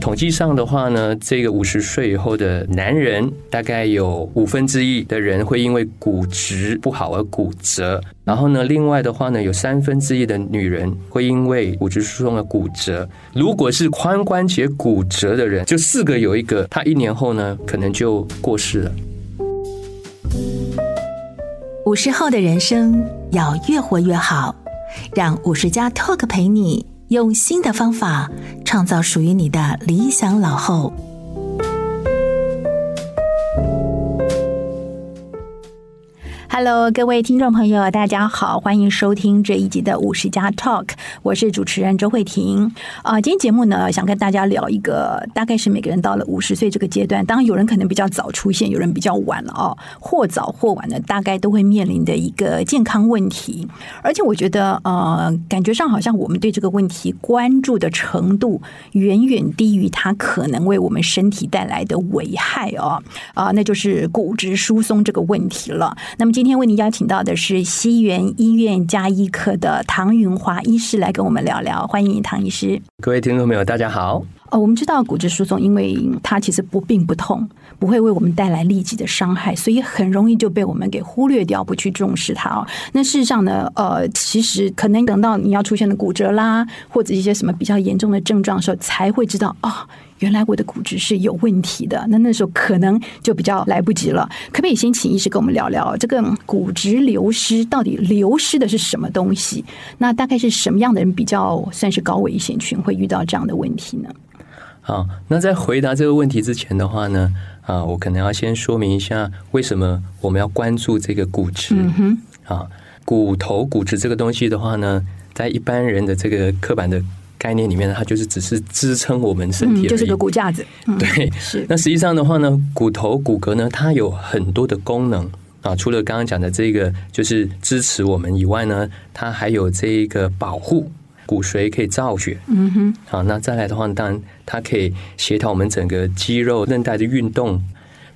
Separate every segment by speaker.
Speaker 1: 统计上的话呢，这个五十岁以后的男人，大概有五分之一的人会因为骨质不好而骨折。然后呢，另外的话呢，有三分之一的女人会因为骨质疏松而骨折。如果是髋关节骨折的人，就四个有一个，他一年后呢，可能就过世了。
Speaker 2: 五十后的人生要越活越好，让五十加 Talk 陪你用新的方法创造属于你的理想老后。
Speaker 3: Hello，各位听众朋友，大家好，欢迎收听这一集的五十加 Talk，我是主持人周慧婷。啊、呃，今天节目呢，想跟大家聊一个，大概是每个人到了五十岁这个阶段，当然有人可能比较早出现，有人比较晚了哦，或早或晚的，大概都会面临的一个健康问题。而且我觉得，呃，感觉上好像我们对这个问题关注的程度远远低于它可能为我们身体带来的危害哦，啊、呃，那就是骨质疏松这个问题了。那么今今天为您邀请到的是西园医院加医科的唐云华医师来跟我们聊聊，欢迎唐医师。
Speaker 1: 各位听众朋友，大家好。
Speaker 3: 哦，我们知道骨质疏松，因为它其实不病不痛，不会为我们带来立即的伤害，所以很容易就被我们给忽略掉，不去重视它哦。那事实上呢，呃，其实可能等到你要出现的骨折啦，或者一些什么比较严重的症状的时候，才会知道哦，原来我的骨质是有问题的。那那时候可能就比较来不及了。可不可以先请医师跟我们聊聊这个骨质流失到底流失的是什么东西？那大概是什么样的人比较算是高危险群会遇到这样的问题呢？
Speaker 1: 好，那在回答这个问题之前的话呢，啊，我可能要先说明一下为什么我们要关注这个骨质。
Speaker 3: 嗯哼，
Speaker 1: 啊，骨头骨质这个东西的话呢，在一般人的这个刻板的概念里面，它就是只是支撑我们身体、
Speaker 3: 嗯，就是个骨架子。嗯、
Speaker 1: 对，
Speaker 3: 是。
Speaker 1: 那实际上的话呢，骨头骨骼呢，它有很多的功能。啊，除了刚刚讲的这个就是支持我们以外呢，它还有这个保护。骨髓可以造血，
Speaker 3: 嗯哼，
Speaker 1: 好，那再来的话，当然它可以协调我们整个肌肉、韧带的运动。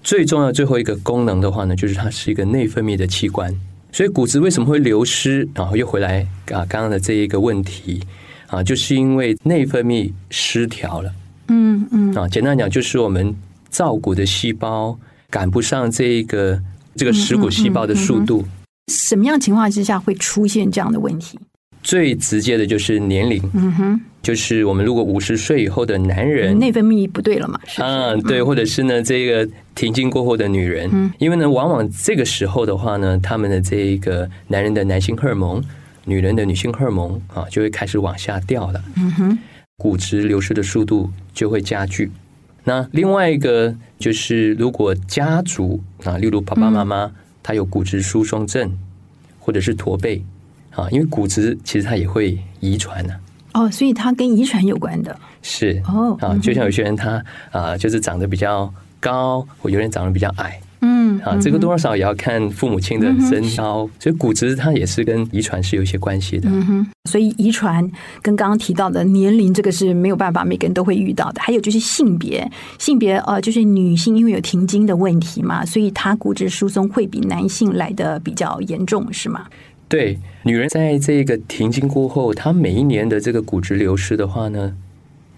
Speaker 1: 最重要最后一个功能的话呢，就是它是一个内分泌的器官。所以骨质为什么会流失？然后又回来啊，刚刚的这一个问题啊，就是因为内分泌失调了。
Speaker 3: 嗯嗯，
Speaker 1: 啊，简单讲就是我们造骨的细胞赶不上这一个这个食骨细胞的速度。
Speaker 3: 嗯嗯嗯、什么样情况之下会出现这样的问题？
Speaker 1: 最直接的就是年龄，
Speaker 3: 嗯哼，
Speaker 1: 就是我们如果五十岁以后的男人，
Speaker 3: 内分泌不对了嘛，是
Speaker 1: 嗯，对，或者是呢，这个停经过后的女人，
Speaker 3: 嗯，
Speaker 1: 因为呢，往往这个时候的话呢，他们的这一个男人的男性荷尔蒙，女人的女性荷尔蒙啊，就会开始往下掉了，
Speaker 3: 嗯哼，
Speaker 1: 骨质流失的速度就会加剧。那另外一个就是，如果家族啊，例如爸爸妈
Speaker 3: 嗯
Speaker 1: 妈，他有骨质疏松症，或者是驼背。啊，因为骨质其实它也会遗传的、啊。
Speaker 3: 哦，所以它跟遗传有关的。
Speaker 1: 是
Speaker 3: 哦，
Speaker 1: 啊，就像有些人他啊、呃，就是长得比较高，或有人长得比较矮。
Speaker 3: 嗯，
Speaker 1: 啊，这个多少也要看父母亲的身高，嗯、所以骨质它也是跟遗传是有一些关系的。
Speaker 3: 嗯哼，所以遗传跟刚刚提到的年龄这个是没有办法，每个人都会遇到的。还有就是性别，性别呃，就是女性因为有停经的问题嘛，所以她骨质疏松会比男性来的比较严重，是吗？
Speaker 1: 对，女人在这个停经过后，她每一年的这个骨质流失的话呢，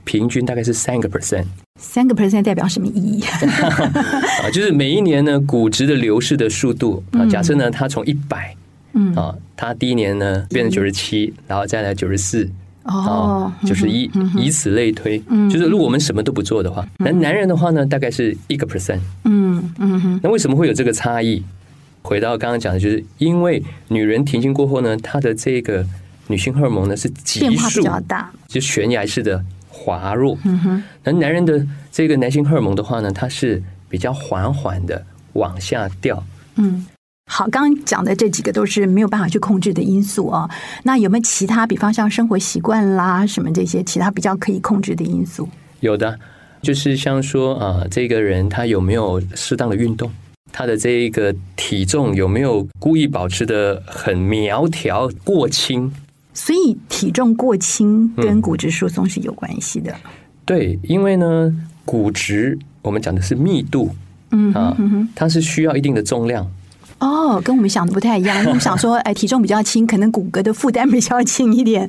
Speaker 1: 平均大概是三个 percent。
Speaker 3: 三个 percent 代表什么意 义？
Speaker 1: 啊，就是每一年呢，骨质的流失的速度啊，假设呢，它从一百，
Speaker 3: 嗯
Speaker 1: 啊，它第一年呢变成九十七，然后再来九十四。
Speaker 3: 哦，
Speaker 1: 啊就是以以此类推，
Speaker 3: 嗯、
Speaker 1: 就是如果我们什么都不做的话，那、嗯、男人的话呢，大概是一个 percent。
Speaker 3: 嗯嗯哼，
Speaker 1: 那为什么会有这个差异？回到刚刚讲的，就是因为女人停经过后呢，她的这个女性荷尔蒙呢是急速
Speaker 3: 较大，
Speaker 1: 就悬崖式的滑落。
Speaker 3: 嗯哼，
Speaker 1: 那男人的这个男性荷尔蒙的话呢，它是比较缓缓的往下掉。
Speaker 3: 嗯。好，刚刚讲的这几个都是没有办法去控制的因素哦。那有没有其他，比方像生活习惯啦什么这些其他比较可以控制的因素？
Speaker 1: 有的，就是像说啊、呃，这个人他有没有适当的运动？他的这一个体重有没有故意保持的很苗条过轻？
Speaker 3: 所以体重过轻跟骨质疏松是有关系的。嗯、
Speaker 1: 对，因为呢，骨质我们讲的是密度，
Speaker 3: 嗯啊，
Speaker 1: 它是需要一定的重量
Speaker 3: 哦，跟我们想的不太一样。因为我们想说，哎，体重比较轻，可能骨骼的负担比较轻一点。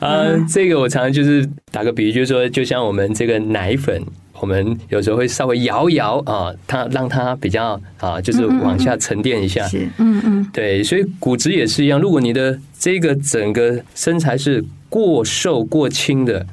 Speaker 1: 呃，
Speaker 3: 嗯
Speaker 1: 这个我常常就是打个比喻，就是说，就像我们这个奶粉。我们有时候会稍微摇一摇啊，它让它比较啊，
Speaker 3: 嗯
Speaker 1: 就是往下沉淀一下。
Speaker 3: 是，嗯嗯，
Speaker 1: 对，所以骨质也是一样。如果你的这个整个身材是过瘦过轻的，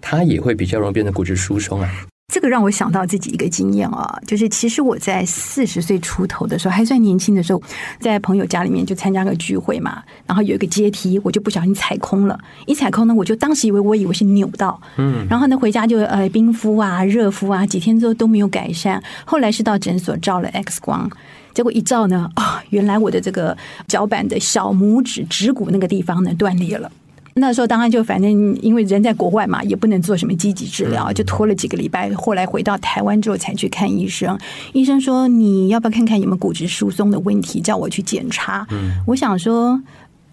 Speaker 1: 它也会比较容易变成骨质疏松啊。
Speaker 3: 这个让我想到自己一个经验啊，就是其实我在四十岁出头的时候，还算年轻的时候，在朋友家里面就参加个聚会嘛，然后有一个阶梯，我就不小心踩空了。一踩空呢，我就当时以为我以为是扭到，嗯，然后呢回家就呃冰敷啊、热敷啊，几天之后都没有改善，后来是到诊所照了 X 光。结果一照呢，啊、原来我的这个脚板的小拇指指骨那个地方呢断裂了。那时候当然就反正因为人在国外嘛，也不能做什么积极治疗，就拖了几个礼拜。后来回到台湾之后才去看医生，医生说你要不要看看有没有骨质疏松的问题，叫我去检查。我想说。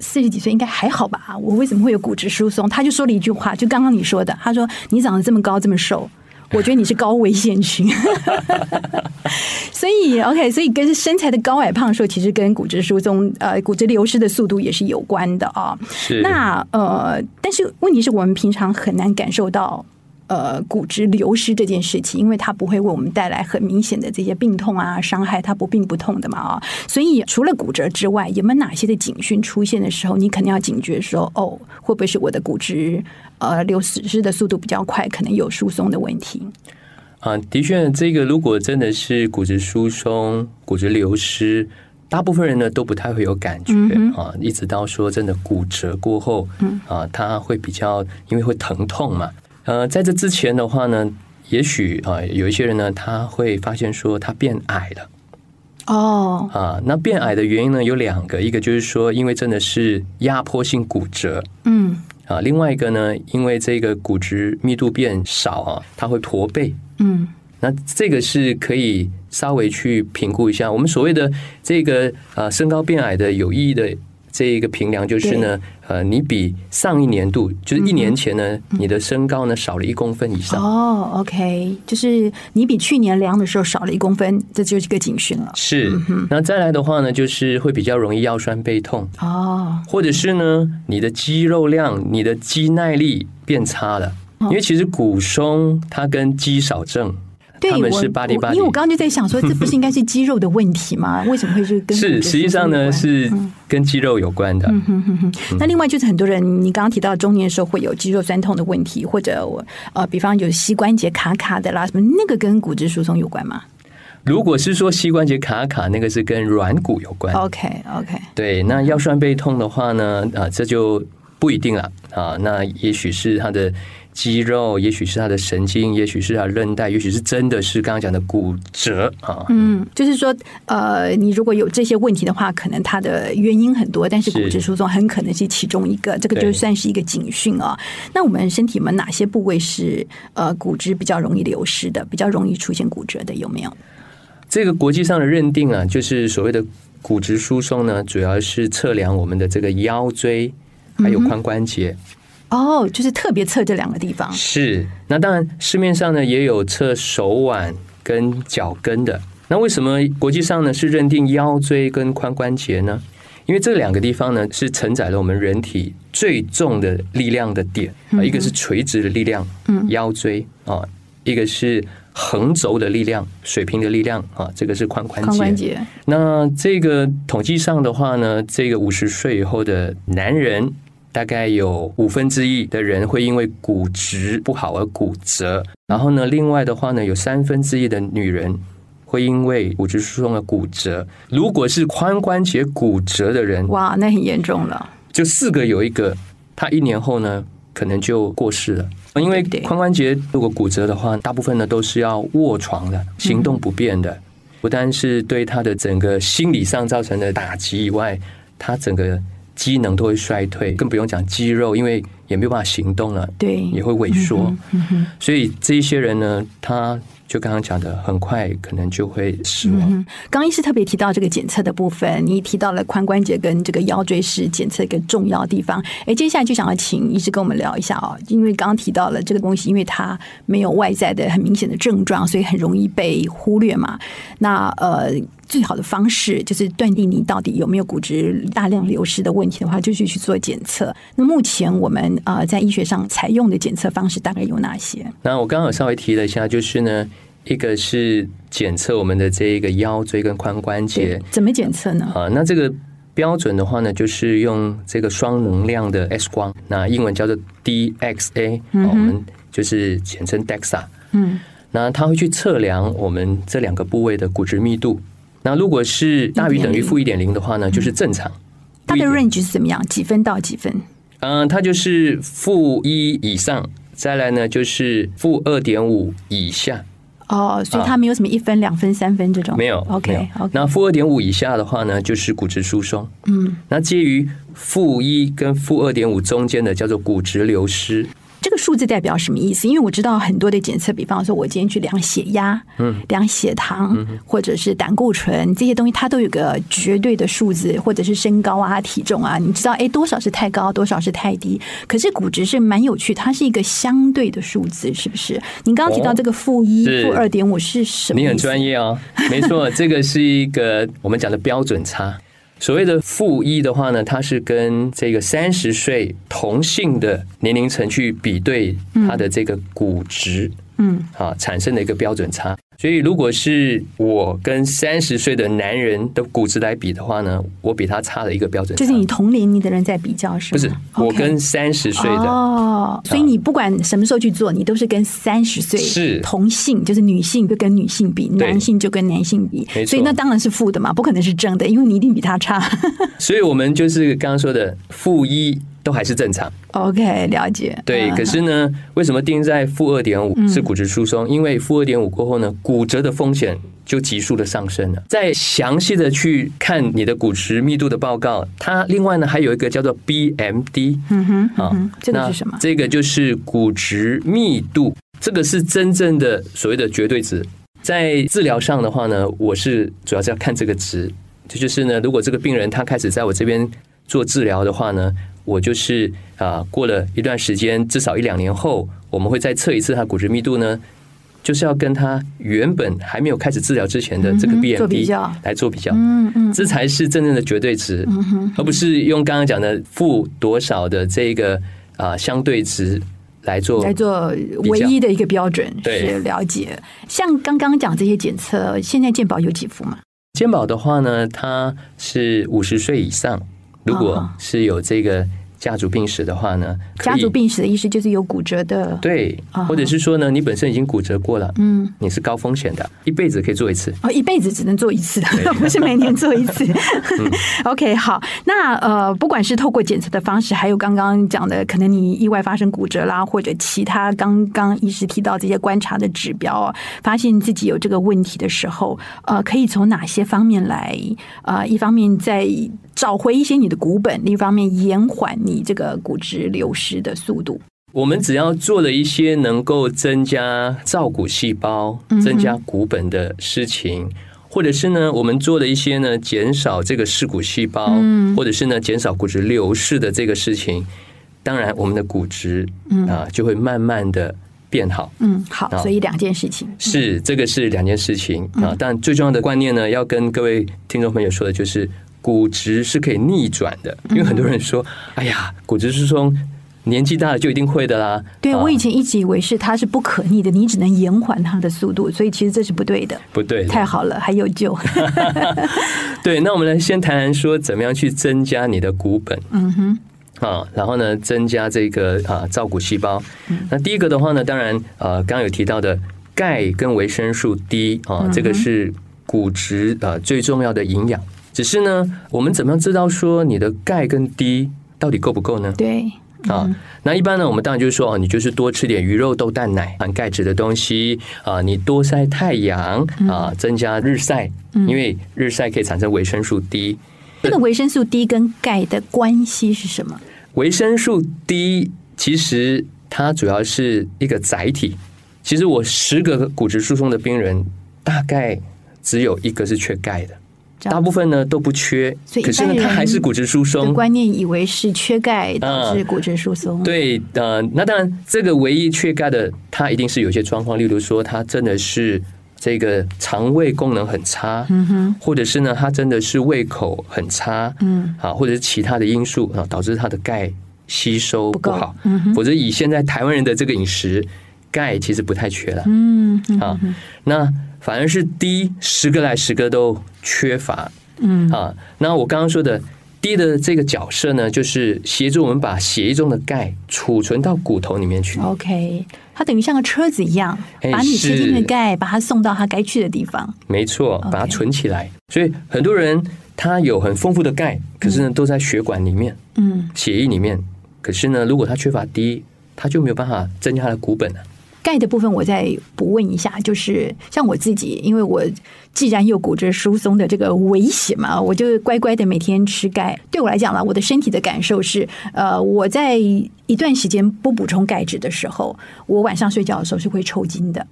Speaker 3: 四十几岁应该还好吧？我为什么会有骨质疏松？他就说了一句话，就刚刚你说的，他说你长得这么高这么瘦，我觉得你是高危险群。 所以，OK，所以跟身材的高矮胖瘦，其实跟骨质疏松、呃骨质流失的速度也是有关的啊、
Speaker 1: 是
Speaker 3: 那呃，但是问题是我们平常很难感受到。呃，骨质流失这件事情，因为它不会为我们带来很明显的这些病痛啊、伤害，它不病不痛的嘛啊、所以除了骨折之外，有没有哪些的警讯出现的时候，你可能要警觉说，哦，会不会是我的骨质呃流失的速度比较快，可能有疏松的问题？
Speaker 1: 啊，的确，这个如果真的是骨质疏松、骨质流失，大部分人呢都不太会有感觉、啊。一直到说真的骨折过后，啊，它会比较因为会疼痛嘛。呃，在这之前的话呢，也许啊、有一些人呢，他会发现说他变矮了。
Speaker 3: 哦，
Speaker 1: 啊，那变矮的原因呢有两个，一个就是说，因为真的是压迫性骨折
Speaker 3: 嗯
Speaker 1: 啊，另外一个呢，因为这个骨质密度变少啊，它会驼背。
Speaker 3: 嗯。
Speaker 1: 那这个是可以稍微去评估一下。我们所谓的这个呃身高变矮的有意义的这一个评量，就是呢，呃，你比上一年度，就是一年前呢，你的身高呢少了一公分以上。
Speaker 3: 嗯哦，OK，就是你比去年量的时候少了一公分，这就是一个警讯了。
Speaker 1: 是，那再来的话呢，就是会比较容易腰酸背痛，
Speaker 3: 哦，
Speaker 1: 或者是呢，你的肌肉量、你的肌耐力变差了。
Speaker 3: 哦
Speaker 1: 因为其实骨松它跟肌少症，
Speaker 3: 对，
Speaker 1: 他们
Speaker 3: 我
Speaker 1: 是巴黎
Speaker 3: 我
Speaker 1: 巴黎
Speaker 3: 因为我刚刚就在想说，这不是应该是肌肉的问题吗？为什么会是跟
Speaker 1: 是
Speaker 3: 骨质
Speaker 1: 实际
Speaker 3: 疏松
Speaker 1: 上
Speaker 3: 有
Speaker 1: 呢
Speaker 3: 关嗯
Speaker 1: 是跟肌肉有关的。
Speaker 3: 那另外就是很多人，你刚刚提到中年的时候会有肌肉酸痛的问题，或者我呃，比方有膝关节卡卡的啦，什么那个跟骨质疏松有关吗
Speaker 1: 如果是说膝关节卡卡，那个是跟软骨有关。
Speaker 3: ？OK OK，
Speaker 1: 对，那腰酸背痛的话呢，啊、这就不一定了啊、那也许是他的肌肉，也许是他的神经，也许是他的韧带，也许是真的是刚刚讲的骨折啊。
Speaker 3: 嗯，就是说呃，你如果有这些问题的话，可能它的原因很多，但是
Speaker 1: 是
Speaker 3: 骨质疏松很可能是其中一个，这个就
Speaker 1: 对
Speaker 3: 算是一个警讯啊、那我们身体我们哪些部位是呃骨质比较容易流失的，比较容易出现骨折的，有没有？
Speaker 1: 这个国际上的认定啊，就是所谓的骨质疏松呢，主要是测量我们的这个腰椎
Speaker 3: 嗯
Speaker 1: 还有髋关节。
Speaker 3: 哦，就是特别测这两个地方。
Speaker 1: 是，那当然市面上呢也有测手腕跟脚跟的。那为什么国际上呢是认定腰椎跟髋关节呢？因为这两个地方呢是承载了我们人体最重的力量的点，
Speaker 3: 嗯
Speaker 1: 啊，一个是垂直的力量，腰椎啊，一个是横轴的力量，水平的力量啊，这个是髋关
Speaker 3: 髋关
Speaker 1: 节。
Speaker 3: 节，
Speaker 1: 那这个统计上的话呢，这个五十岁以后的男人，大概有五分之一的人会因为骨质不好而骨折。然后呢，另外的话呢，有三分之一的女人会因为骨质疏松而骨折。如果是髋关节骨折的人，
Speaker 3: 哇，那很严重了。
Speaker 1: 就四个有一个，他一年后呢，可能就过世了。因为
Speaker 3: 对
Speaker 1: 髋关节如果骨折的话，大部分呢都是要卧床的，行动不便的，不单是对他的整个心理上造成的打击以外，他整个机能都会衰退，更不用讲肌肉，因为也没有办法行动了，
Speaker 3: 对，嗯
Speaker 1: 也会萎缩。所以这一些人呢，他就刚刚讲的，很快可能就会死亡。
Speaker 3: 嗯，刚医师特别提到这个检测的部分，你提到了髋关节跟这个腰椎是检测一个重要地方。哎，接下来就想要请医师跟我们聊一下哦，因为刚刚提到了这个东西，因为它没有外在的很明显的症状，所以很容易被忽略嘛。那呃。最好的方式就是断定你到底有没有骨质大量流失的问题的话，就去去做检测。那目前我们呃在医学上采用的检测方式大概有哪些？
Speaker 1: 那我刚刚有稍微提了一下，就是呢，一个是检测我们的这一个腰椎跟髋关节
Speaker 3: 怎么检测呢？
Speaker 1: 啊、那这个标准的话呢，就是用这个双能量的 X 光，那英文叫做 DXA，、啊我们就是简称 DEXA。
Speaker 3: 嗯，
Speaker 1: 那它会去测量我们这两个部位的骨质密度。那如果是大于等于负一点零的话呢，就是正常。
Speaker 3: 嗯它的
Speaker 1: 不一定
Speaker 3: range 是怎么样？几分到几分？
Speaker 1: 嗯，它就是负一以上，再来呢就是负二点五以下，
Speaker 3: 哦，所以它没有什么一分、两分、三分这种，
Speaker 1: 没有没
Speaker 3: OK
Speaker 1: 有
Speaker 3: OK，
Speaker 1: 那负二点五以下的话呢，就是骨质疏松。
Speaker 3: 嗯，
Speaker 1: 那介于负一跟负二点五中间的叫做骨质流失。
Speaker 3: 这个数字代表什么意思？因为我知道很多的检测，比方说我今天去量血压、嗯，量血糖、或者是胆固醇这些东西，它都有个绝对的数字，或者是身高啊、体重啊，你知道哎多少是太高，多少是太低。可是骨质是蛮有趣，它是一个相对的数字，是不是？你刚刚提到
Speaker 1: 哦
Speaker 3: 这个负一、
Speaker 1: 是
Speaker 3: 负二点五是什么意
Speaker 1: 你
Speaker 3: 思？
Speaker 1: 很专
Speaker 3: 业，
Speaker 1: 业哦， 没错，这个是一个我们讲的标准差。所谓的负一的话呢，它是跟这个三十岁同性的年龄层去比对它的这个骨值，
Speaker 3: 嗯，
Speaker 1: 啊产生的一个标准差。所以如果是我跟三十岁的男人的骨值来比的话呢，我比他差了一个标准差，
Speaker 3: 就是你同龄你的人在比较是吗？
Speaker 1: 不是我
Speaker 3: 嗯 OK
Speaker 1: 跟三十岁的
Speaker 3: 哦，所以你不管什么时候去做，你都是跟三十岁
Speaker 1: 是
Speaker 3: 同性，就是女性就跟女性比，
Speaker 1: 对
Speaker 3: 男性就跟男性比
Speaker 1: 没，错
Speaker 3: 所以那当然是负的嘛，不可能是正的，因为你一定比他差。
Speaker 1: 所以我们就是刚刚说的负一都还是正常，
Speaker 3: OK，了解。
Speaker 1: 对。
Speaker 3: 嗯
Speaker 1: 可是呢，为什么定在负二点五是骨质疏松？因为负二点五过后呢，骨折的风险就急速的上升了。再详细的去看你的骨质密度的报告，它另外呢还有一个叫做 BMD
Speaker 3: 嗯哼，嗯
Speaker 1: 啊
Speaker 3: 哼，这个
Speaker 1: 那
Speaker 3: 是什么？
Speaker 1: 这个就是骨质密度，这个是真正的所谓的绝对值。在治疗上的话呢，我是主要是要看这个值，这就是呢，如果这个病人他开始在我这边做治疗的话呢，我就是啊、过了一段时间，至少一两年后，我们会再测一次他骨质密度呢，就是要跟他原本还没有开始治疗之前的这个
Speaker 3: 嗯哼
Speaker 1: BMD、
Speaker 3: 做比较
Speaker 1: 来做比较。
Speaker 3: 嗯嗯，
Speaker 1: 这才是真正的绝对值，
Speaker 3: 哼
Speaker 1: 而不是用刚刚讲的负多少的这个啊、相对值来做
Speaker 3: 来做
Speaker 1: 比较
Speaker 3: 唯一的一个标准
Speaker 1: 对
Speaker 3: 是了解。像刚刚讲这些检测，现在健保有几副嘛？
Speaker 1: 健保的话呢，它是五十岁以上，如果
Speaker 3: 啊
Speaker 1: 是有这个家族病史的话呢，可
Speaker 3: 家
Speaker 1: 以
Speaker 3: 族病史的意思就是有骨折的，
Speaker 1: 对
Speaker 3: 啊，
Speaker 1: 或者是说呢，你本身已经骨折过了，
Speaker 3: 嗯。
Speaker 1: 你是高风险的，一辈子可以做一次。
Speaker 3: 哦，一辈子只能做一次， 不是每年做一次。OK，好， 那呃，不管是透过检测的方式，还有刚刚讲的，可能你意外发生骨折啦，或者其他刚刚医师提到这些观察的指标哦，发现自己有这个问题的时候，呃，可以从哪些方面来？呃，一方面在找回一些你的骨本，另一方面延缓你这个骨质流失的速度。
Speaker 1: 我们只要做了一些能够增加造骨细胞、增加骨本的事情，或者是呢，我们做了一些呢减少这个视骨细胞，或者是呢减少骨质流失的这个事情，当然我们的骨质啊就会慢慢的变好。
Speaker 3: 嗯，好，
Speaker 1: 好
Speaker 3: 所以两件事情。
Speaker 1: 是，这个是两件事情啊。但最重要的观念呢，要跟各位听众朋友说的就是，骨质是可以逆转的。因为很多人说，哎呀，骨质疏松，年纪大了就一定会的啦。
Speaker 3: 对，
Speaker 1: 啊
Speaker 3: 我以前一直以为是它是不可逆的，你只能延缓它的速度，所以其实这是不对的。
Speaker 1: 不对的，
Speaker 3: 太好了，还有 救。
Speaker 1: 对，那我们来先谈谈说怎么样去增加你的骨本。嗯哼。啊，然后呢，增加这个啊造骨细胞。那第一个的话呢，当然呃，刚刚有提到的钙跟维生素 D 啊，这个是骨质呃最重要的营养。只是呢，我们怎么样知道说你的钙跟 D 到底够不够呢？
Speaker 3: 对，
Speaker 1: 啊，
Speaker 3: 嗯
Speaker 1: 那一般呢，我们当然就是说，哦，你就是多吃点鱼肉、豆蛋奶、含钙质的东西啊，你多晒太阳
Speaker 3: 嗯
Speaker 1: 啊，增加日晒，因为日晒可以产生维生素 D。
Speaker 3: 这个维生素 D 跟钙的关系是什么？
Speaker 1: 维生素 D 其实它主要是一个载体，其实我十个骨质疏松的病人，大概只有一个是缺钙的，
Speaker 3: 这样
Speaker 1: 大部分呢都不缺
Speaker 3: 所，以
Speaker 1: 可是呢
Speaker 3: 一般人
Speaker 1: 他还是骨质疏松
Speaker 3: 的。观念以为是缺钙导致骨质疏松，
Speaker 1: 对，呃，那当然，这个唯一缺钙的，它一定是有些状况，例如说，它真的是这个肠胃功能很差，嗯哼，或者是呢，它真的是胃口很差，嗯，啊，或者是其他的因素啊，导致它的钙吸收
Speaker 3: 不
Speaker 1: 不
Speaker 3: 够
Speaker 1: 好，嗯、否则以现在台湾人的这个饮食，钙其实不太缺了，
Speaker 3: 嗯，
Speaker 1: 啊，那反而是低十个来十个都缺乏，嗯啊，那我刚刚说的低的这个角色呢，就是协助我们把血液中的钙储存到骨头里面去。
Speaker 3: 哦 OK，它等于像个车子一样，
Speaker 1: 哎
Speaker 3: 把你吃进的
Speaker 1: 是
Speaker 3: 钙，把它送到它该去的地方。
Speaker 1: 没错，把它存起来。所以很多人他有很丰富的钙，可是呢都在血管里面、
Speaker 3: 嗯，
Speaker 1: 血液里面。可是呢，如果他缺乏 D，他就没有办法增加他的骨本啊了。
Speaker 3: 钙的部分我再补问一下，就是像我自己，因为我既然有骨质疏松的这个危险嘛，我就乖乖的每天吃钙。对我来讲啦，我的身体的感受是，呃，我在一段时间不补充钙质的时候，我晚上睡觉的时候是会抽筋的。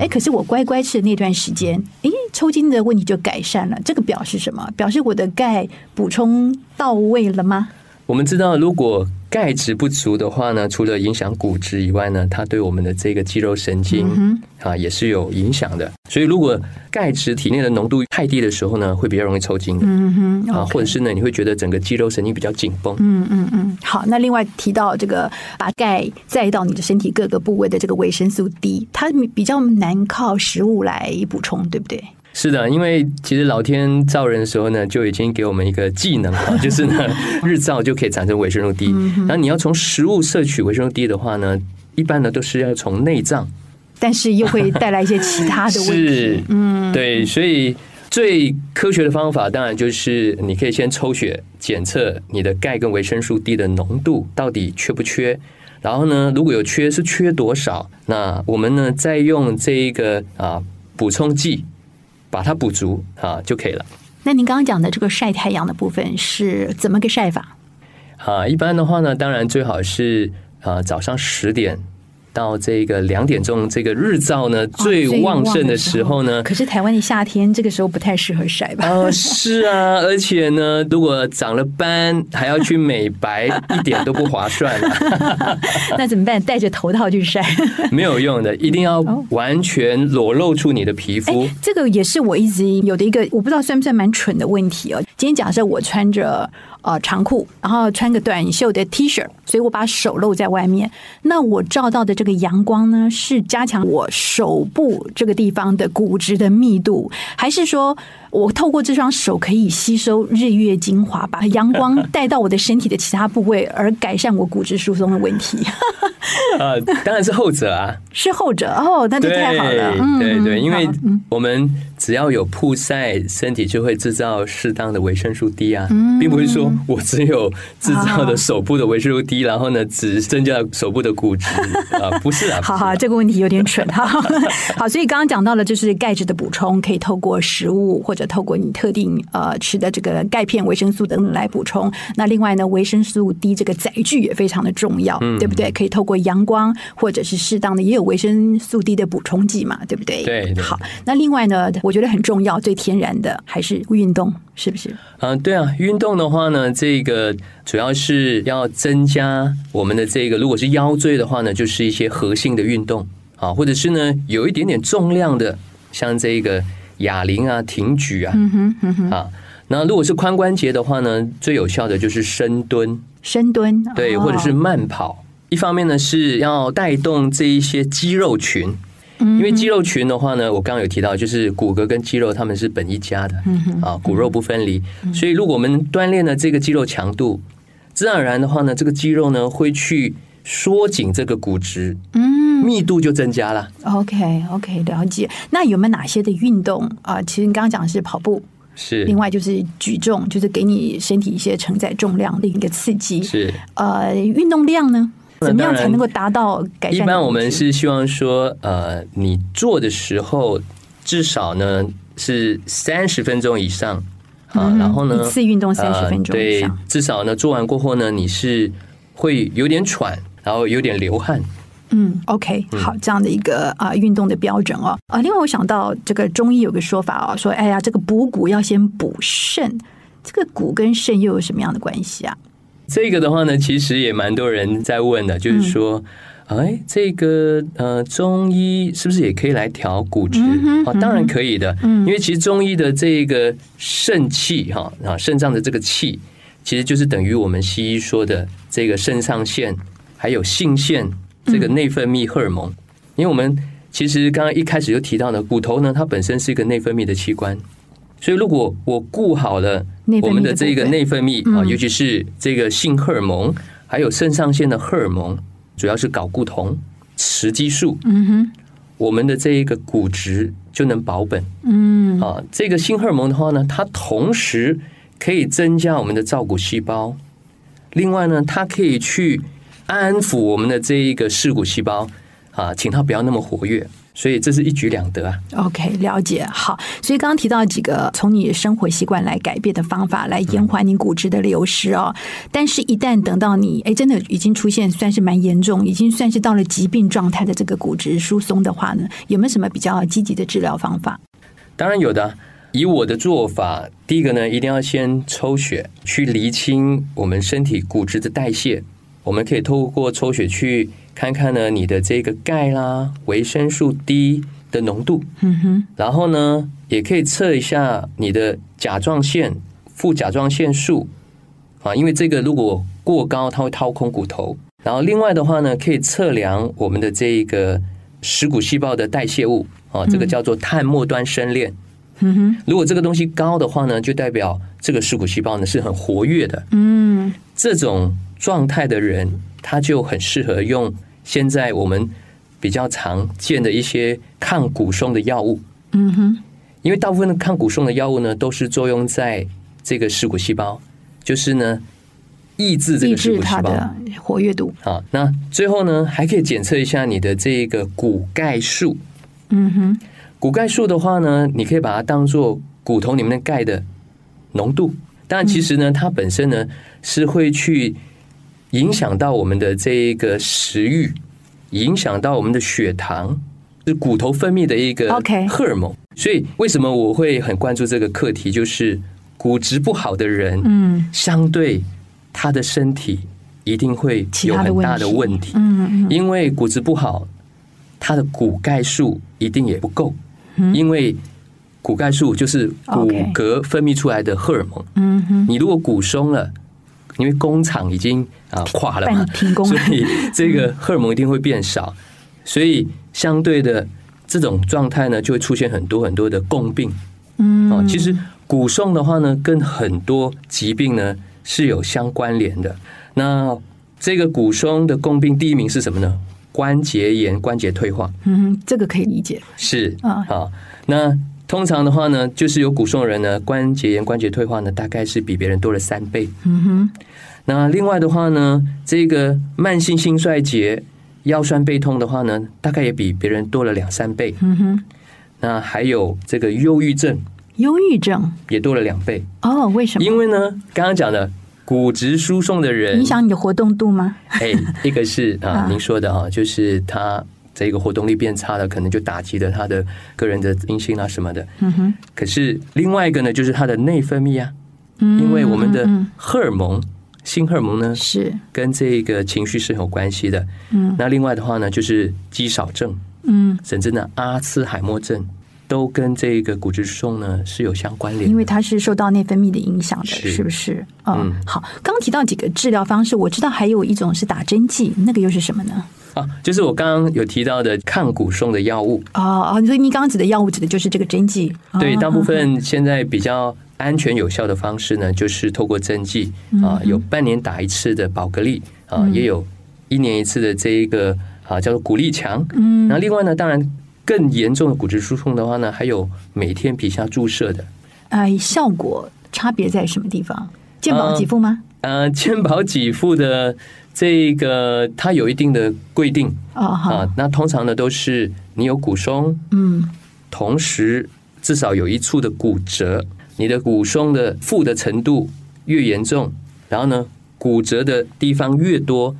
Speaker 3: 哎，可是我乖乖吃的那段时间，哎，抽筋的问题就改善了。这个表示什么？表示我的钙补充到位了吗？
Speaker 1: 我们知道，如果钙质不足的话呢，除了影响骨质以外呢，它对我们的这个肌肉神经、
Speaker 3: 嗯
Speaker 1: 啊也是有影响的。所以，如果钙质体内的浓度太低的时候呢，会比较容易抽筋的、
Speaker 3: 嗯哼
Speaker 1: 啊，
Speaker 3: OK
Speaker 1: 或者是呢，你会觉得整个肌肉神经比较紧绷。
Speaker 3: 嗯嗯嗯，好。那另外提到这个把钙载到你的身体各个部位的这个维生素 D，它比较难靠食物来补充，对不对？
Speaker 1: 是的，因为其实老天造人的时候呢，就已经给我们一个技能 啊，就是呢，日照就可以产生维生素 D。那
Speaker 3: 嗯
Speaker 1: 你要从食物摄取维生素 D 的话呢，一般呢都是要从内脏
Speaker 3: 但是又会带来一些其他的 问
Speaker 1: 是
Speaker 3: 题。，
Speaker 1: 嗯，对，所以最科学的方法当然就是你可以先抽血检测你的钙跟维生素 D 的浓度到底缺不缺。然后呢，如果有缺，是缺多少？那我们呢，再用这一个啊补充剂把它补足啊就可以了。
Speaker 3: 那您刚刚讲的这个晒太阳的部分是怎么个晒法？
Speaker 1: 啊，一般的话呢，当然最好是啊早上十点到这个两点钟，这个日照呢哦最旺盛的时候呢，
Speaker 3: 呃可是台湾的夏天这个时候不太适合 晒 吧？
Speaker 1: 啊，是啊，而且呢，如果长了斑还要去美白，一点都不划算 啊，
Speaker 3: 那怎么办？戴着头套去晒？
Speaker 1: 没有用的，一定要
Speaker 3: 哦
Speaker 1: 完全裸露出你的皮肤。
Speaker 3: 哎这个也是我一直有的一个，我不知道算不算蛮蠢的问题哦。今天假设我穿着呃长裤，然后穿个短袖的 T 恤，所以我把手露在外面，那我照到的这个阳光呢，是加强我手部这个地方的骨质的密度，还是说我透过这双手可以吸收日月精华，把阳光带到我的身体的其他部位，而改善我骨质疏松的问题？
Speaker 1: 呃，当然是后者啊，
Speaker 3: 是后者哦，哎 那就
Speaker 1: 对
Speaker 3: 太好了，嗯，
Speaker 1: 对对，因为
Speaker 3: 好
Speaker 1: 我们只要有曝晒，身体就会制造适当的维生素 D 啊，
Speaker 3: 嗯
Speaker 1: 并不是说我只有制造
Speaker 3: 啊
Speaker 1: 的手部的维生素 D，然后呢只增加手部的骨质啊，不是啊，
Speaker 3: 好
Speaker 1: 不是啊
Speaker 3: 好，这个问题有点蠢 哈。好，所以刚刚讲到了，就是钙质的补充可以透过食物或者透过你特定呃吃的这个钙片、维生素等等来补充。那另外呢，维生素 D 这个载具也非常的重要，
Speaker 1: 嗯
Speaker 3: 对不对？可以透过阳光或者是适当的，也有维生素 D 的补充剂嘛，对不对？
Speaker 1: 对对
Speaker 3: 好，那另外呢，我觉得很重要，最天然的还是运动，是不是？
Speaker 1: 嗯，对啊，运动的话呢，这个主要是要增加我们的这个，如果是腰椎的话呢，就是一些核心的运动啊，或者是呢有一点点重量的，像这个哑铃啊、挺举啊，
Speaker 3: 嗯哼，
Speaker 1: 啊，那如果是髋关节的话呢，最有效的就是深蹲，
Speaker 3: 深蹲，
Speaker 1: 对，
Speaker 3: 哦
Speaker 1: 或者是慢跑。一方面呢是要带动这一些肌肉群，
Speaker 3: 嗯
Speaker 1: 因为肌肉群的话呢，我刚刚有提到，就是骨骼跟肌肉它们是本一家的，
Speaker 3: 嗯
Speaker 1: 啊，骨肉不分离。所以如果我们锻炼了这个肌肉强度，自然而然的话呢，这个肌肉呢会去缩紧这个骨质，
Speaker 3: 嗯。
Speaker 1: 密度就增加了。
Speaker 3: OK OK，了解。那有没有哪些的运动啊、其实你刚刚讲的是跑步，
Speaker 1: 是
Speaker 3: 另外就是举重，就是给你身体一些承载重量的一个刺激。
Speaker 1: 是。
Speaker 3: 呃，运动量呢，
Speaker 1: 那
Speaker 3: 怎么样
Speaker 1: 当然
Speaker 3: 才能够达到改
Speaker 1: 一
Speaker 3: 善？
Speaker 1: 般我们是希望说，呃，你做的时候至少呢是三十分钟以上啊，
Speaker 3: 嗯
Speaker 1: 然后呢
Speaker 3: 一次运动
Speaker 1: 呃
Speaker 3: 30分钟以
Speaker 1: 对
Speaker 3: 上，
Speaker 1: 至少呢做完过后呢，你是会有点喘，然后有点流汗
Speaker 3: 嗯，OK，好，这样的一个啊、呃运动的标准哦。啊，另外我想到这个中医有个说法哦，说哎呀，这个补骨要先补肾，这个骨跟肾又有什么样的关系啊？
Speaker 1: 这个的话呢，其实也蛮多人在问的，
Speaker 3: 嗯
Speaker 1: 就是说，哎，这个呃，中医是不是也可以来调骨质？
Speaker 3: 嗯哼嗯
Speaker 1: 哦，当然可以的，因为其实中医的这个肾气哈啊，肾脏的这个气，其实就是等于我们西医说的这个肾上腺，还有性腺这个内分泌荷尔蒙，因为我们。其实刚刚一开始就提到呢，骨头呢它本身是一个内分泌的器官，所以如果我顾好了
Speaker 3: 内分泌
Speaker 1: 我们
Speaker 3: 的
Speaker 1: 的
Speaker 3: 部
Speaker 1: 这个
Speaker 3: 分
Speaker 1: 内分泌啊、尤其是这个性荷尔蒙，还有肾上腺的荷尔蒙，主要是睾固酮、雌激素，
Speaker 3: 嗯哼，
Speaker 1: 我们的这一个骨质就能保本。
Speaker 3: 嗯
Speaker 1: 啊，这个性荷尔蒙的话呢，它同时可以增加我们的造骨细胞，另外呢，它可以去安抚我们的这一个视骨细胞啊，请它不要那么活跃，所以这是一举两得啊。
Speaker 3: ，OK，了解。好，所以刚刚提到几个从你生活习惯来改变的方法，来延缓你骨质的流失哦。但是，一旦等到你哎真的已经出现算是蛮严重，已经算是到了疾病状态的这个骨质疏松的话呢，有没有什么比较积极的治疗方法？
Speaker 1: 当然有的啊。以我的做法，第一个呢，一定要先抽血去厘清我们身体骨质的代谢。我们可以透过抽血去看看呢，你的这个钙啦、维生素 D 的浓度。
Speaker 3: 嗯哼，
Speaker 1: 然后呢，也可以测一下你的甲状腺、副甲状腺素啊，因为这个如果过高，它会掏空骨头。然后另外的话呢，可以测量我们的这一个食骨细胞的代谢物啊，这个叫做碳末端生链。
Speaker 3: 嗯哼，
Speaker 1: 如果这个东西高的话呢，就代表这个食骨细胞呢是很活跃的。
Speaker 3: 嗯。
Speaker 1: 这种状态的人，他就很适合用现在我们比较常见的一些抗骨松的药物。
Speaker 3: 嗯哼，
Speaker 1: 因为大部分的抗骨松的药物呢，都是作用在这个视骨细胞，就是呢抑制这
Speaker 3: 抑
Speaker 1: 个视
Speaker 3: 制
Speaker 1: 骨细
Speaker 3: 它
Speaker 1: 胞。
Speaker 3: 的活跃度。
Speaker 1: 好，那最后呢，还可以检测一下你的这个骨钙素。
Speaker 3: 嗯哼，
Speaker 1: 骨钙素的话呢，你可以把它当做骨头里面的钙的浓度。但其实呢，它本身呢是会去影响到我们的这一个食欲，影响到我们的血糖，是骨头分泌的一个
Speaker 3: OK
Speaker 1: 荷尔蒙。所以为什么我会很关注这个课题，就是骨质不好的人，
Speaker 3: 嗯
Speaker 1: 相对他的身体一定会
Speaker 3: 其
Speaker 1: 有
Speaker 3: 他的
Speaker 1: 很
Speaker 3: 问
Speaker 1: 大的
Speaker 3: 题
Speaker 1: 问题。
Speaker 3: 嗯
Speaker 1: 因为骨质不好，它的骨钙素一定也不够，因为骨钙素就是骨
Speaker 3: 嗯 OK
Speaker 1: 骼分泌出来的荷尔蒙。
Speaker 3: 嗯哼，
Speaker 1: 你如果骨松了，因为工厂已经啊、垮了嘛
Speaker 3: 半，停工
Speaker 1: 所
Speaker 3: 了。
Speaker 1: 以这个荷尔蒙一定会变少，所以相对的这种状态呢，就会出现很多很多的共病。
Speaker 3: 嗯
Speaker 1: 哦，其实骨松的话呢，跟很多疾病呢是有相关联的。那这个骨松的共病第一名是什么呢？关节炎、关节退化
Speaker 3: 嗯哼，这个可以理解。
Speaker 1: 是
Speaker 3: 啊
Speaker 1: 好，那通常的话呢，就是有骨松的人呢，关节炎、关节退化呢，大概是比别人多了三倍。
Speaker 3: 嗯哼，
Speaker 1: 那另外的话呢，这个慢性心衰竭、腰酸背痛的话呢，大概也比别人多了两三倍。
Speaker 3: 嗯哼，
Speaker 1: 那还有这个忧郁症
Speaker 3: 忧郁症
Speaker 1: 也多了两倍。
Speaker 3: 哦，为什么？
Speaker 1: 因为呢，刚刚讲的骨质疏松的人，
Speaker 3: 影响你的活动度吗？
Speaker 1: 哎，一个 是啊
Speaker 3: 啊，
Speaker 1: 您说的啊，就是他这个活动力变差了，可能就打击了他的个人的阴性啊什么的。
Speaker 3: 嗯哼，
Speaker 1: 可是另外一个呢，就是他的内分泌啊，
Speaker 3: 嗯
Speaker 1: 因为我们的
Speaker 3: 嗯嗯
Speaker 1: 荷尔蒙、性荷尔蒙呢
Speaker 3: 嗯，是，
Speaker 1: 跟这个情绪是有关系的。
Speaker 3: 嗯
Speaker 1: 那另外的话呢，就是肌少症，
Speaker 3: 嗯，
Speaker 1: 甚至呢阿兹海默症，都跟这个骨质疏松呢是有相关联的。
Speaker 3: 因为它是受到内分泌的影响的，
Speaker 1: 嗯是
Speaker 3: 是不是？嗯
Speaker 1: 嗯，
Speaker 3: 好，刚提到几个治疗方式，我知道还有一种是打针剂，那个又是什么呢？
Speaker 1: 啊，就是我刚刚有提到的抗骨松的药物。
Speaker 3: 哦哦，所以你刚刚指的药物指的就是这个针剂。
Speaker 1: 对，
Speaker 3: 哦
Speaker 1: 大部分现在比较安全有效的方式呢，就是透过针剂啊，有半年打一次的宝格丽啊，也有一年一次的这一个啊叫做骨力强。嗯，那另外呢，当然更严重的骨质疏松的话呢，还有每天皮下注射的。
Speaker 3: 呃，效果差别在什么地方？健保
Speaker 1: 嗯
Speaker 3: 给付吗？
Speaker 1: 呃，健保给付的这个它有一定的规定
Speaker 3: 哦，好
Speaker 1: 啊，，那通常呢都是你有骨松，
Speaker 3: 嗯
Speaker 1: 同时至少有一处的骨折，你的骨松的负的程度越严重，然后呢，骨折的地方越多，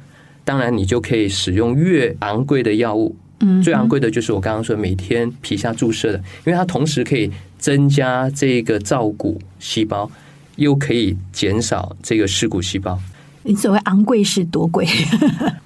Speaker 1: 当然你就可以使用越昂贵的药物。
Speaker 3: 嗯，
Speaker 1: 最昂贵的就是我刚刚说每天皮下注射的，因为它同时可以增加这个造骨细胞，又可以减少这个噬骨细胞。
Speaker 3: 你所谓昂贵是 多贵？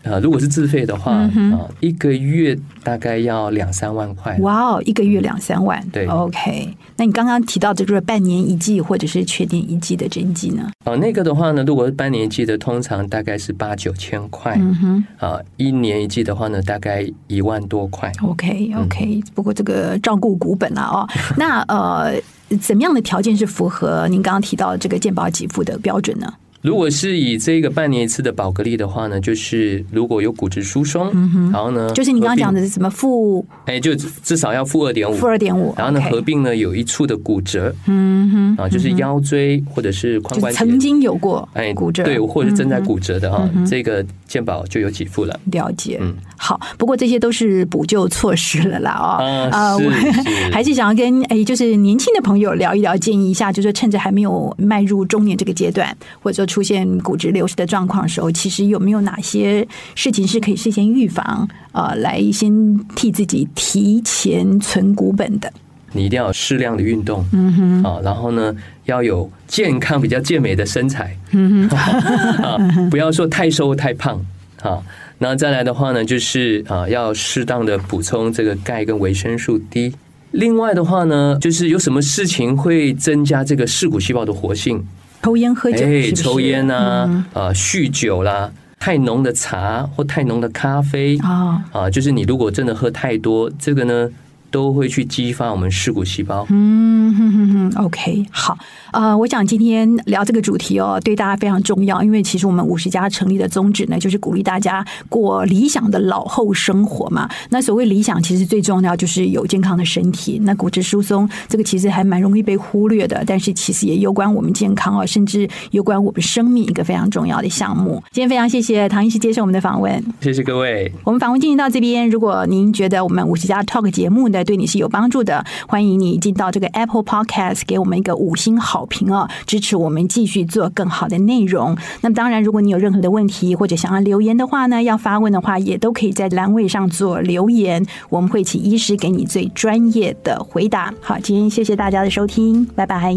Speaker 1: 呃，如果是自费的话，
Speaker 3: 嗯
Speaker 1: 啊、一个月大概要两三万块。
Speaker 3: 哇哦，一个月两三万。
Speaker 1: 嗯对
Speaker 3: ，OK。那你刚刚提到的就是半年一剂或者是缺点一剂的针剂呢？
Speaker 1: 哦、那个的话呢，如果是半年一季的，通常大概是八九千块。
Speaker 3: 嗯哼
Speaker 1: 啊、一年一季的话呢，大概一万多块。
Speaker 3: ，OK
Speaker 1: 嗯
Speaker 3: OK。不过这个照顾股本 了哦。那呃，怎么样的条件是符合您刚刚提到的这个健保给付的标准呢？
Speaker 1: 如果是以这个半年一次的宝格丽的话呢，就是如果有骨质疏松，然后呢，
Speaker 3: 嗯就是你刚刚讲
Speaker 1: 呃合
Speaker 3: 的是什么负
Speaker 1: 并，哎，就至少要负二点五，
Speaker 3: 负二点五，
Speaker 1: 然后呢，
Speaker 3: OK
Speaker 1: 合并呢有一处的骨折
Speaker 3: 嗯
Speaker 1: 啊，就是腰椎或者是髋
Speaker 3: 哼，就
Speaker 1: 关
Speaker 3: 是
Speaker 1: 节，哎
Speaker 3: 曾经有过骨折，
Speaker 1: 对，或者是正在骨折的啊
Speaker 3: 嗯，哼
Speaker 1: 这个健保就有给付了。
Speaker 3: 了解，
Speaker 1: 嗯
Speaker 3: 好，不过这些都是补救措施了啦哦，
Speaker 1: 啊是
Speaker 3: 我
Speaker 1: 是
Speaker 3: 还是想要跟哎，就是年轻的朋友聊一聊，建议一下，就是趁着还没有迈入中年这个阶段，或者说出现骨质流失的状况的时候，其实有没有哪些事情是可以事先预防，呃，来先替自己提前存股本的？
Speaker 1: 你一定要有适量的运动，嗯哼，啊，然后呢，要有健康、比 较健美的身材，嗯哼， 啊，不要说太瘦太胖，啊，那再来的话呢，就是啊，要适当的补充这个钙跟维生素 D。另外的话呢，就是有什么事情会增加这个噬骨细胞的活性？
Speaker 3: 抽烟喝酒，是不嗯是
Speaker 1: 哎抽烟呐、啊，呃，酗酒啦，太浓的茶或太浓的咖啡啊、
Speaker 3: 哦，
Speaker 1: 就是你如果真的喝太多，这个呢都会去激发我们噬骨细胞。
Speaker 3: 嗯哼哼哼，OK，好，呃，我想今天聊这个主题哦，对大家非常重要，因为其实我们五十家成立的宗旨呢，就是鼓励大家过理想的老后生活嘛。那所谓理想，其实最重要就是有健康的身体。那骨质疏松这个其实还蛮容易被忽略的，但是其实也攸关我们健康哦，甚至攸关我们生命一个非常重要的项目。今天非常谢谢唐医师接受我们的访问。
Speaker 1: 谢谢各位，
Speaker 3: 我们访问进行到这边，如果您觉得我们五十加 Talk 节目呢对你是有帮助的，欢迎你进到这个 Apple Podcast 给我们一个五星好评哦，支持我们继续做更好的内容。那么当然，如果你有任何的问题或者想要留言的话呢，要发问的话也都可以在栏位上做留言，我们会请医师给你最专业的回答。好，今天谢谢大家的收听，拜拜。